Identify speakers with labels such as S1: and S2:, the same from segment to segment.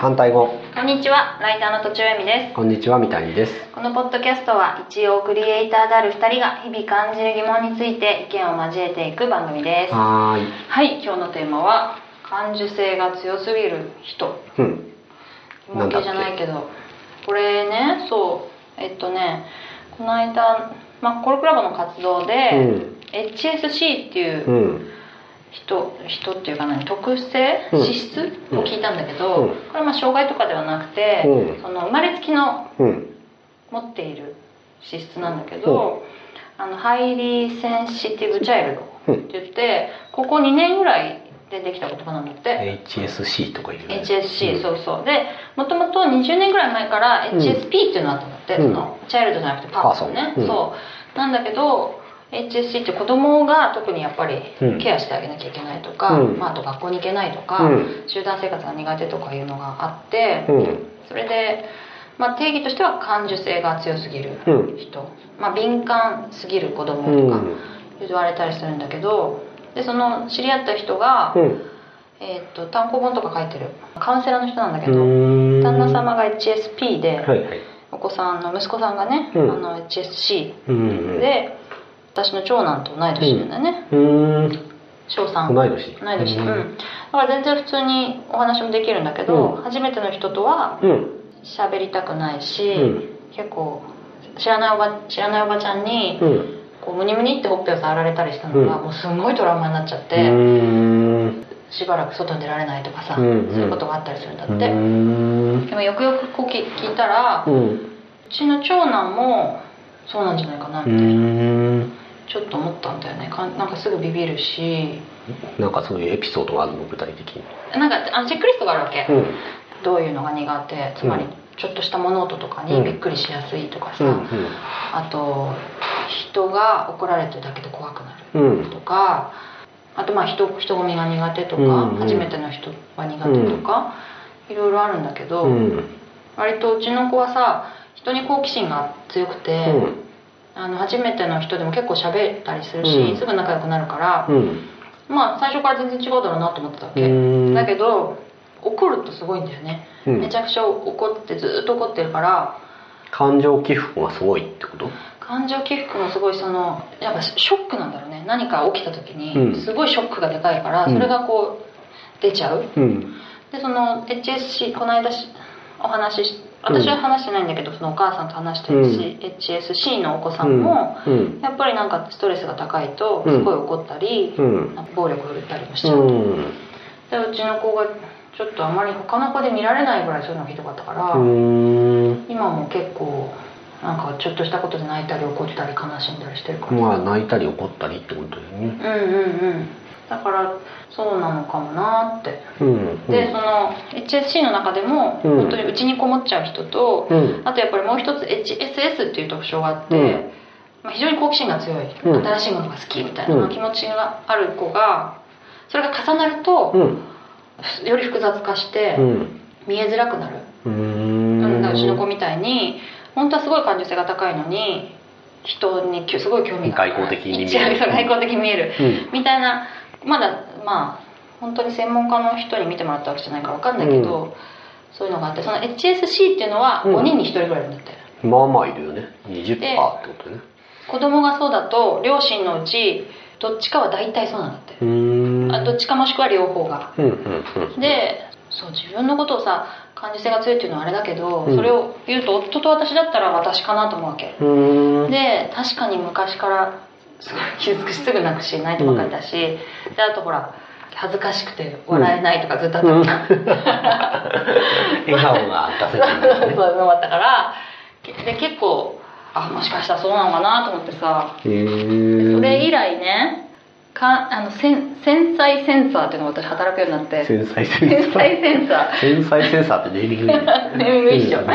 S1: 反対語
S2: こんにちは、ライターのとちおえみで
S1: こんにちはみたいです
S2: す。このポッドキャストは一応クリエイターである2人が日々感じる疑問について意見を交えていく番組です。は
S1: はーい
S2: い、今日のテーマは感受性が強すぎる人。
S1: うんなん
S2: 関係
S1: だっけ
S2: じゃないけど、これね、そう、えっとね、この間、まあ、コルクラボの活動
S1: う
S2: で、
S1: ん
S2: HSC っていううん人人っていうか何特性
S1: うん
S2: 資質を聞いたんだけど、
S1: うん
S2: これはまあ障害とかではなくて、
S1: うん
S2: その生まれつきの
S1: うん
S2: 持っている資質なんだけど、あのハイリーセンシティブ・チャイルドって言って、ここ2年ぐらいでできた言葉なんだって、
S1: HSC とかいう、ね、
S2: HSC、
S1: うん
S2: そうそうでもともと20年ぐらい前から
S1: うん
S2: HSP っていうのがあったんだって、
S1: うん
S2: そのチャイルドじゃなくてパーソンね
S1: パーソンうん
S2: そうなんだけど HSC って子供が特にやっぱり
S1: うん
S2: ケアしてあげなきゃいけないとか、
S1: うん
S2: まあ、あと学校に行けないとか、
S1: うん
S2: 集団生活が苦手とかいうのがあって、
S1: うん
S2: それで、まあ、定義としては感受性が強すぎる
S1: うん
S2: 人、まあ、敏感すぎる子供
S1: うん
S2: とか言われたりするんだけど、でその知り合った人が、
S1: うん
S2: えーっと単行本とか書いてるカウンセラーの人なんだけど、
S1: うん
S2: 旦那様が HSP で、
S1: はいはい
S2: お子さんの息子さんがね、
S1: うん
S2: あの HSC
S1: うん
S2: で私の長男と同い年なんだよね
S1: うん
S2: 翔、さん
S1: 同い年
S2: 同い年うん、
S1: う
S2: だ
S1: ん
S2: から全然普通にお話もできるんだけど、
S1: うん
S2: 初めての人とは
S1: うん
S2: 喋りたくないし、
S1: うん
S2: 結構知らないおば知らないおばちゃんに
S1: うん
S2: こうムニムニってほっぺを触られたりしたのが、
S1: うん
S2: もうすごいトラウマになっちゃっ
S1: う
S2: て、
S1: ん
S2: しばらく外に出られないとかさ、
S1: うんうん
S2: そういうことがあったりするんだって、
S1: うん
S2: でもよくよくこうき聞いたら、う
S1: うん
S2: ちの長男もそうなんじゃないかな
S1: う
S2: みたいな、
S1: ん
S2: ちょっと思ったんだよねかんなんかすぐビビるし
S1: なんかそういうエピソードがあるの具体的に
S2: なんかあのチェックリストがあるわけ、
S1: うん
S2: どういうのが苦手つまり
S1: うん
S2: ちょっとした物音とか
S1: う
S2: に
S1: ん
S2: びっくりしやすいとか
S1: う
S2: さ、
S1: ん
S2: あと人が怒られてるだけで怖くなる
S1: うんうん
S2: とかあとまあ人人混みが苦手とか、
S1: うんうん
S2: 初めての人が苦手とか、いろいろあるんだけど、
S1: うん
S2: 割とうちの子はさ人に好奇心が強くて、
S1: うん
S2: あの初めての人でも結構喋ったりするし、
S1: うん
S2: すぐ仲良くなるから、
S1: うん
S2: まあ最初から全然違うだろうなと思ってたわけ、
S1: うん
S2: だけど怒るとすごいんだよね、
S1: うん
S2: めちゃくちゃ怒ってずーっと怒ってるから
S1: 感情起伏がすごいってこと
S2: 感情起伏もすごいそのやっぱショックなんだろうね何か起きた時
S1: うん
S2: にすごいショックがでかいから、
S1: うん
S2: それがこう出ちゃう
S1: うん
S2: でその HSC この間しお話しし私は話してないんだけど、そのお母さんと話してるし、HSC のお子さんも、
S1: うん
S2: やっぱりなんかストレスが高いと
S1: うん
S2: すごい怒ったり、
S1: うん
S2: なんか暴力振るったりもしち
S1: う
S2: ゃう、
S1: ん
S2: でうちの子がちょっとあまり他の子で見られないぐらいそういうのがひどかったから、
S1: うん
S2: 今も結構なんかちょっとしたことで泣いたり怒ったり悲しんだりしてるから、
S1: まあ泣いたり怒ったりってことだよね
S2: うんうんうんだからそうなのかもなって
S1: うん
S2: でその HSC の中でも
S1: うん
S2: 本当にうちにこもっちゃう人と、
S1: うん
S2: あとやっぱりもう一つ HSS っていう特徴があって、
S1: うん
S2: まあ、非常に好奇心が強い、
S1: うん
S2: 新しいものが好きみたい
S1: うん
S2: な気持ちがある子がそれが重なると
S1: う、ん
S2: より複雑化して
S1: うん
S2: 見えづらくなる、
S1: う
S2: うんん、だからうちの子みたいに本当はすごい感受性が高いのに人にきゅすごい興味がある
S1: 外交的に見える
S2: 一応そう外交的に見える
S1: うん
S2: みたいなまだまあ本当に専門家の人に見てもらったわけじゃないから分かんないけど、そういうのがあってその HSC っていうのは
S1: うん
S2: 5人に1人ぐらいいるんだって、
S1: まあまあいるよね20%ってことね
S2: 子供がそうだと両親のうちどっちかは大体そうなんだって、
S1: うん
S2: あどっちかもしくは両方が
S1: うんうんうん
S2: でそう自分のことをさ感受性が強いっていうのはあれだけど、
S1: うん
S2: それを言うと夫と私だったら私かなと思うわけ、
S1: うん
S2: で確かに昔からすごい傷つくしすぐ泣くし泣いてばっかりだし、であとほら恥ずかしくて笑えないとかずっとあった、
S1: うん
S2: そ
S1: 笑顔が出せないん
S2: う
S1: だ
S2: い
S1: ね
S2: うのもあったからけで結構あもしかしたらそうなのかなと思ってさ
S1: へ
S2: それ
S1: え
S2: 以来ねかあのせん繊細センサーっていうのが私働くようにな って
S1: 繊細
S2: 繊
S1: センサ
S2: 細センサー
S1: ー繊細センサーってネーミングいい ね
S2: ネーミング一緒
S1: うん
S2: セ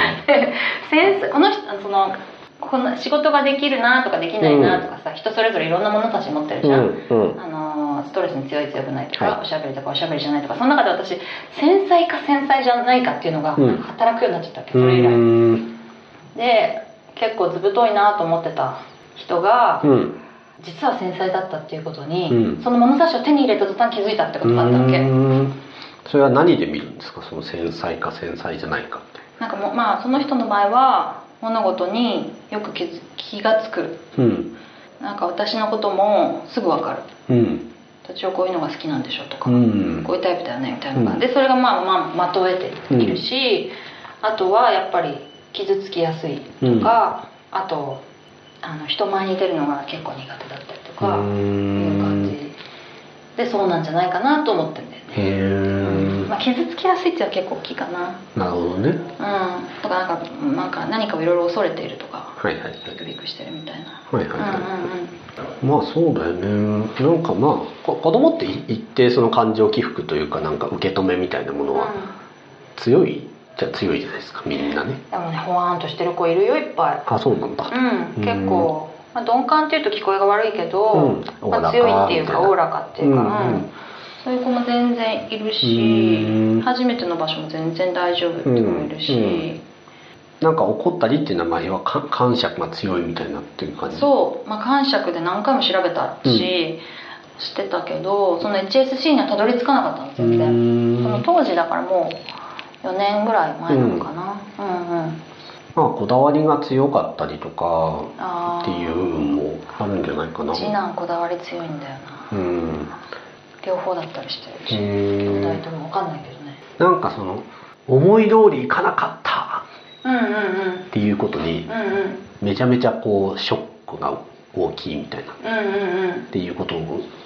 S2: ンスこの人そのこの仕事ができるなとかできないなとかさ、人それぞれいろんな物差し持ってる
S1: う
S2: じゃん、
S1: んうん
S2: あのーストレスに強い強くないとか、
S1: はい
S2: おしゃべりとかおしゃべりじゃないとかその中で私繊細か繊細じゃないかっていうのが
S1: うん
S2: 働くようになっちゃったわけ、
S1: う
S2: それ以来
S1: ん
S2: で結構図太いなと思ってた人が、
S1: うん
S2: 実は繊細だったっていうことに、
S1: うん
S2: その物差しを手に入れた途端気づいたってことがあったわけ、
S1: うんそれは何で見るんですかその繊細か繊細じゃないかっ
S2: なんかもうまあその人の場合は物事によく気づ気がつく
S1: てうん
S2: なんか私のこともすぐ分かる
S1: うん
S2: 途中こういうのが好きなんでしょとか、
S1: うん
S2: こういうタイプだよねみたいな感じ
S1: う
S2: で、それがまあまあまとえているし、あとはやっぱり傷つきやすいとか、あとあの人前に出るのが結構苦手だったりと
S1: う
S2: かいう感
S1: んへ
S2: じでそうなんじゃないかなと思ってるんだよね、
S1: え
S2: まあ、傷つきやすいっていうのは結構大きいかな
S1: なるほどね
S2: うんとかなんかなんか何かをいろいろ恐れているとか
S1: はいはいはい
S2: ビクビクしてるみたいな
S1: は
S2: う
S1: いはい
S2: ん
S1: はい、
S2: うんうん
S1: まあそうだよねなんかまあこ子供ってい一定その感情起伏というかなんか受け止めみたいなものは
S2: う
S1: 強いじゃ強いじゃないですかみんなね
S2: んでもねほわーんとしてる子いるよいっぱ
S1: あそうなんだ
S2: いうん結構、まあ、鈍感っていうと聞こえが悪いけど、
S1: うん
S2: まあ、強いっていうかお
S1: お
S2: お
S1: おら
S2: らかっていうか、
S1: うんうん
S2: うんそういう子も全然いる
S1: う
S2: し
S1: ん
S2: 初めての場所も全然大丈夫って子もいるし、
S1: なんか怒ったりっていうのはまあ要はか感触が強いみたいなっていう感じ
S2: そう、まあ、感触で何回も調べたし、
S1: うん
S2: してたけどその HSC にはたどり着かなかったの
S1: う
S2: 全然、
S1: ん
S2: その
S1: ま
S2: 当時だからもう4年ぐらい前なのかな、うん、うん
S1: あこだわりが強かったりとか
S2: ああ
S1: っていう部分もあるんじゃないかな
S2: 次男こだわり強いんだよな
S1: うん
S2: 両方だったりしてるし
S1: へー
S2: 兄弟とも分かんないけどね
S1: なんかその思い通りいかなかった
S2: うんうんうん
S1: っていうことに
S2: うんうん
S1: めちゃめちゃこうショックが大きいみたいなっ
S2: うんうんうん
S1: ていうこと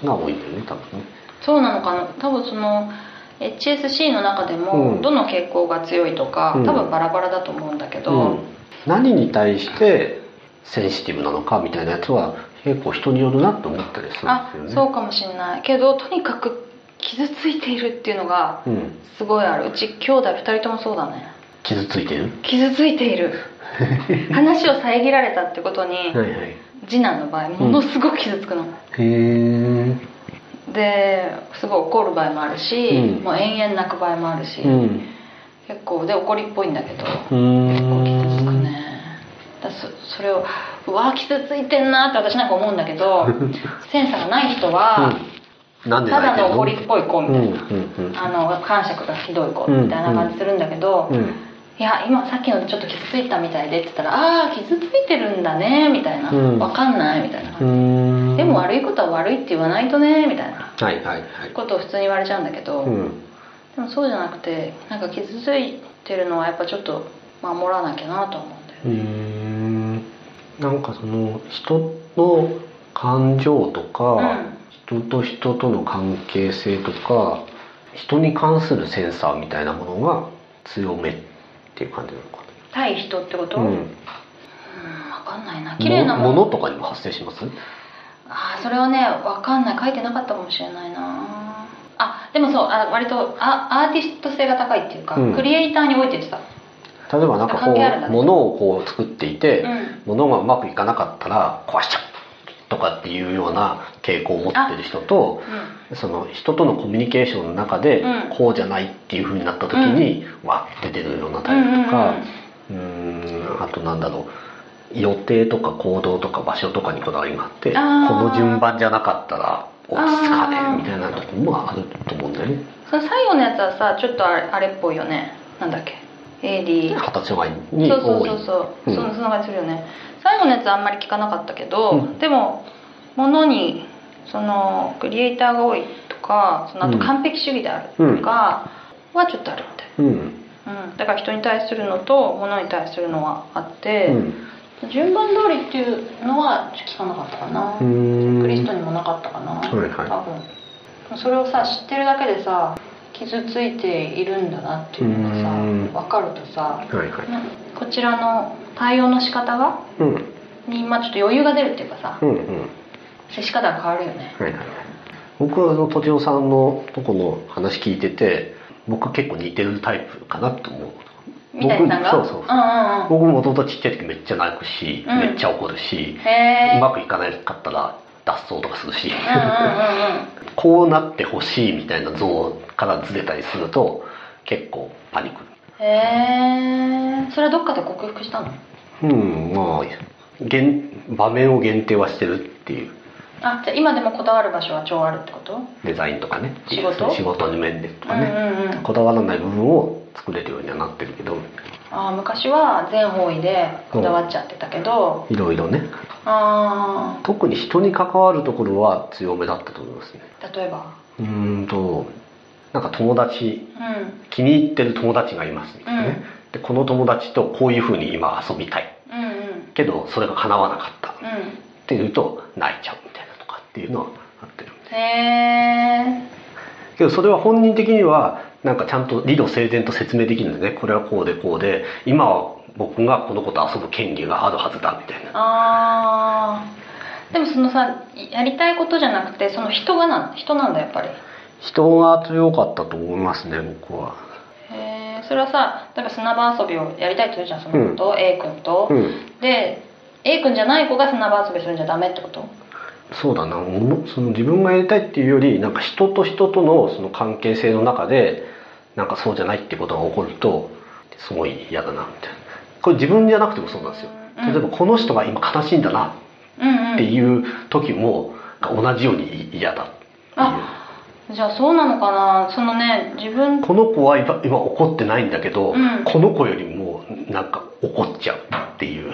S1: が多いんだよね多分ね
S2: そうなのかな多分その HSC の中で
S1: うん
S2: もどの傾向が強いとか、
S1: うん
S2: 多分バラバラだと思うんだけど、
S1: うん何に対してセンシティブなのかみたいなやつは結構人によるなと思ったりす
S2: あ
S1: るんですよ
S2: そ
S1: ね
S2: うかもしんないけどとにかく傷ついているっていうのが
S1: うん、
S2: すごいあるうち兄弟2人ともそうだね
S1: 傷ついてる
S2: 傷ついている 話を遮られたってことに
S1: はいはいへ
S2: 次男の場合ものすごく傷つくの、
S1: え
S2: ですごい怒る場合もあるし、
S1: うん
S2: もう延々泣く場合もあるし、
S1: うん
S2: 結構で怒りっぽいんだけど
S1: うー
S2: 結構傷つく
S1: ん
S2: ねだそそれをうわ傷ついてんなって私なんか思うんだけどセンサーがない人は、
S1: うんなんで
S2: た
S1: 泣
S2: だ
S1: いて
S2: の
S1: るの
S2: 怒りっぽい子
S1: う
S2: み
S1: ん
S2: た
S1: う
S2: い
S1: ん
S2: な、
S1: うん
S2: あの感触がひどい子みたいな感じするんだけど、
S1: うん
S2: いや今さっきのでちょっと傷ついたみたいでって言ったら「ああ傷ついてるんだね」みたいな「わ
S1: うん
S2: かんない」みたいな
S1: う
S2: 感
S1: ー
S2: じ
S1: ん
S2: でも悪いことは悪いって言わないとねみたいな
S1: はいはいはい
S2: ことを普通に言われちゃうんだけど、
S1: うん
S2: でもそうじゃなくてなんか傷ついてるのはやっぱちょっと守らなきゃなと思うんだよ
S1: うーんなんかその人の感情とか、人と人との関係性とか人に関するセンサーみたいなものが強めっていう感じなのか
S2: 対人ってこと、
S1: な、
S2: うん、
S1: う
S2: 分
S1: ん、
S2: かんないな綺麗なも
S1: も
S2: の
S1: のとかにも発生します
S2: ああそれはね分かんない書いてなかったかもしれないなあでもそうあ割とあアーティスト性が高いっていうか、
S1: うん
S2: クリエイターにおいて言ってた、
S1: 例えばなんかこ
S2: 関係あるんだ
S1: う
S2: ね
S1: 物をこう作っていて、
S2: うん、
S1: 物がうまくいかなかったら壊しちゃうとかっていうような傾向を持ってる人とその人とのコミュニケーションの中で
S2: うん
S1: こうじゃないっていう風になった時に、わって出るようなタイプとか、うーんあとなんだろう予定とか行動とか場所とかにこだわりがあってこ
S2: あー
S1: の順番じゃなかったら落ち着かね
S2: あ
S1: え
S2: ー
S1: みたいなとこもあると思うんだよね
S2: その最後のやつはさちょっとあれあれっぽいよねなんだっけ AD
S1: 二十歳前に
S2: そうそう
S1: 多い
S2: そうそう、
S1: うん
S2: そのそんな感じするよね最後のやつはあんまり聞かなかったけど、
S1: うん
S2: でもものにそのクリエイターが多いとかそのあと
S1: うん
S2: 完璧主義であるとかはちょっとあるみたい
S1: うん
S2: な、うん、だから人に対するのとものに対するのはあっ
S1: う
S2: て、
S1: ん
S2: 順番通りっていうのは聞かなかったかな、
S1: うーん
S2: クリストにもなかったかな、
S1: はいはい
S2: 多分それをさ知ってるだけでさ傷ついているんだなっていうのがさ
S1: うん
S2: 分かるとさ
S1: はいはい
S2: なんかこちらの対応の仕方が
S1: うん
S2: に、まあ、ちょっと余裕が出るっていうかさ
S1: うんうん
S2: 接し方が変わるよね
S1: はいはい僕はあのとちおさんのとこの話聞いてて僕結構似てるタイプかなと思う
S2: 三谷さんが
S1: 僕そうそうそ
S2: んうんうん
S1: 僕もともとちっちゃい時めっちゃ泣くし、
S2: うん
S1: めっちゃ怒るし
S2: へえ
S1: うまくいかなかったら脱走とかするし、
S2: うんうんうんうん
S1: こうなってほしいみたいな像からずれたりすると結構パニック
S2: へえそれはどっかで克服したの
S1: うんまあ現場面を限定はしてるっていう
S2: あじゃあ今でもこだわる場所は超あるってこと、
S1: デザインとかね
S2: 仕事
S1: 仕事の面でと
S2: う
S1: か
S2: んう
S1: ね、
S2: んうん
S1: こだわらない部分を作れるようにはなってるけど
S2: あー昔は全方位でこだわっちゃってたけど、
S1: いろいろね
S2: あ
S1: 特に人に関わるところは強めだったと思いますね
S2: ー例えば
S1: うーんとなんか友達
S2: うん
S1: 気に入ってる友達がいますみたいなね、でこの友達とこういうふうに今遊びたい
S2: うんうん
S1: けどそれが叶わなかったっ
S2: う
S1: ていうと泣いちゃうみたいなとかっていうのはあってる
S2: んへ
S1: けどそれは本人的にはなんかちゃんと理路整然と説明できるんでねこれはこうでこうで今は僕がこの子と遊ぶ権利があるはずだみたい
S2: ー
S1: な
S2: あーでもそのさやりたいことじゃなくてその人がな人なんだやっぱり
S1: 人が強かったと思いますね僕は
S2: へえそれはさ例えば砂場遊びをやりたいって言うじゃんその子と、A 君と、
S1: うん
S2: で A 君じゃない子が砂場遊びするんじゃダメってこと
S1: そうだなものその自分がやりたいっていうよりなんか人と人とのその関係性の中でなんかそうじゃないってことが起こるとすごい嫌だなみたいなこれ自分じゃなくてもそうなんですよ
S2: うん
S1: 例えばこの人が今悲しいんだな
S2: うんうん
S1: っていう時も同じように嫌だっていう
S2: あじゃあそうなのかなそのね自分
S1: この子は今今怒ってないんだけど、
S2: うん
S1: この子よりもなんか怒っちゃうっていう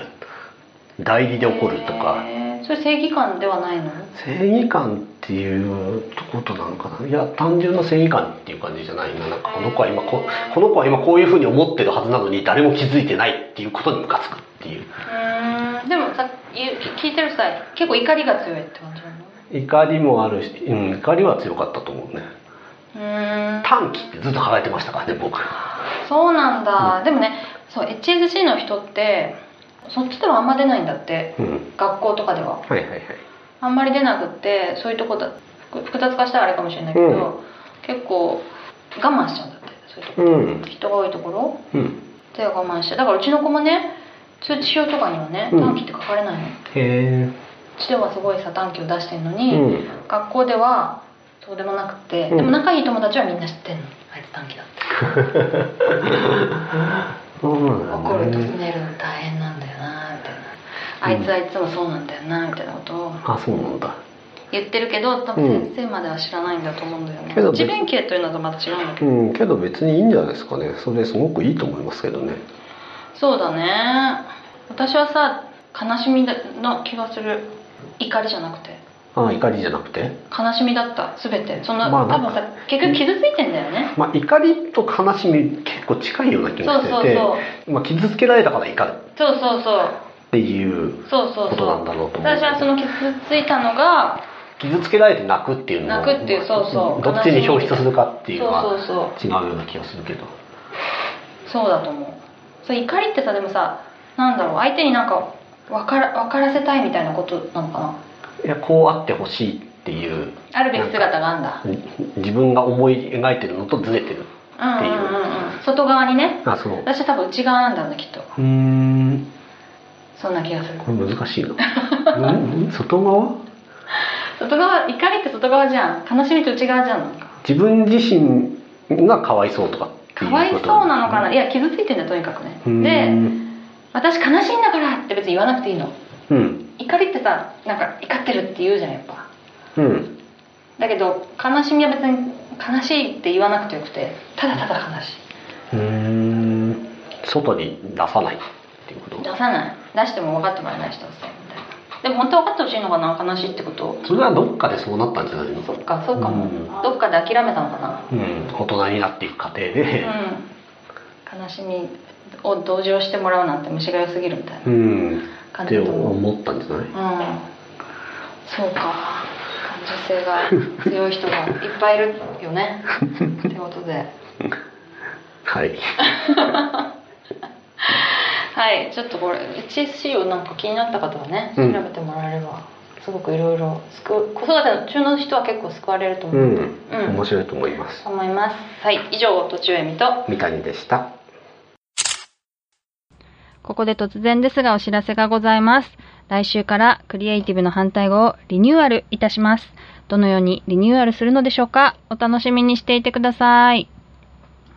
S1: 代理で怒るとか
S2: へーそれ正義感ではないの
S1: 正義感っていうことなのかないや単純な正義感っていう感じじゃないななんかこの子は今ここの子は今こういうふうに思ってるはずなのに誰も気づいてないっていうことにムカつくっていう
S2: うーんでもさ言う聞聞いてる際結構怒りが強いって感じなの
S1: 怒りもあるし、うん、怒りは強かったと思うね
S2: うーん
S1: 短期ってずっと考えてましたからね僕
S2: そうなんだ、でもねそう HSC の人ってそっちではあんま出ないんだって
S1: うん
S2: 学校とかでは
S1: はいはいはい
S2: あんまり出なくってそういうとこだ複複雑化したらあれかもしれないけど、
S1: うん
S2: 結構我慢しちゃうんだってそういうとこ、
S1: うん
S2: 人が多いところ
S1: うん
S2: で我慢してだからうちの子もね通知表とかにはね
S1: うん
S2: 短期って書かれないの、う
S1: へえ
S2: ちではすごいさ短期を出してるの
S1: う
S2: に、
S1: ん
S2: 学校ではそうでもなくて、
S1: うん
S2: でも仲いい友達はみんな知ってんのあいつ短期だって
S1: そうなん
S2: 怒
S1: だ、
S2: ると
S1: ね、
S2: 拗ねるの大変なんだよなみたいなあいつはいつもそうなんだよなみたいなことを
S1: あそうなんだ
S2: 言ってるけど多分先生までは知らないんだと思うんだよね
S1: けど
S2: 内弁慶というのとまた違うんだけど
S1: うんけど別にいいんじゃないですかねそれすごくいいと思いますけどね
S2: そうだね私はさ悲しみの気がする怒りじゃなくて
S1: あ怒りじゃなくて
S2: 悲しみだった全てその、
S1: まあな
S2: 多
S1: んか
S2: 分さ結局傷ついてんだよね、
S1: まあ怒りと悲しみ結構近いような気
S2: そ
S1: が
S2: う
S1: して
S2: そう
S1: て
S2: そう
S1: まあ、傷つけられたから怒る
S2: そうそうそう
S1: っていう
S2: そうそう
S1: こと
S2: そ
S1: なん
S2: う
S1: だろうと思う
S2: 私はその傷ついたのが
S1: 傷つけられて泣くっていうのも
S2: 泣くっていうそうそう
S1: どっちに表出するかっていうのは
S2: そうそうそう
S1: 違うような気がするけど
S2: そうだと思うそう怒りってさでもさなんだろう相手になんか分から分からせたいみたいなことなのかない
S1: やこうあってほしいっていう
S2: あるべき姿があんだ
S1: 自分が思い描いてるのとずれて
S2: うん
S1: るっていう
S2: うんうんうん外側にね
S1: あそう
S2: 私は多分内側なんだろうねきっと
S1: うーん
S2: そんな気がする
S1: これ難しいな うんうん外側
S2: 外側怒りって外側じゃん悲しみって内側じゃんなんか
S1: 自分自身がかわいそうとかって
S2: か
S1: いうこと
S2: わいそうなのかないや傷ついてんだよとにかくね
S1: うん
S2: で私悲しいんだからって別に言わなくていいの
S1: うん
S2: 怒りってさなんか怒ってるって言うじゃんやっぱ
S1: うん
S2: だけど悲しみは別に悲しいって言わなくてよくてただただ悲し
S1: うーん外に出さないっていうこ
S2: い
S1: と
S2: 出さない出しても分かってもらえない人はさみたいなでも本当は分かってほしいのかな悲しいってことを
S1: それはどっかでそうなったんじゃないの
S2: そっかそうかも、
S1: うん
S2: どっかで諦めたのかな
S1: うん大人になっていく過程で
S2: うん悲しみを同情してもらうなんて虫が良すぎるみたいな
S1: うん、っ
S2: 感じ
S1: て
S2: だと思う
S1: 思ったんじゃない
S2: うんそうか感受性が強い人がいっぱいいるよ ねってことで
S1: はい
S2: はいちょっとこれ HSC をなんか気になった方はね調
S1: うん
S2: べてもらえれば、すごくいろいろ救う子育て中の人は結構救われると思
S1: う
S2: う、
S1: ん、
S2: うん
S1: 面白いと思います
S2: 思いますはい以上とちおえみと
S1: 三谷でした
S2: ここで突然ですがお知らせがございます。来週からクリエイティブの反対語をリニューアルいたします。どのようにリニューアルするのでしょうかお楽しみにしていてください。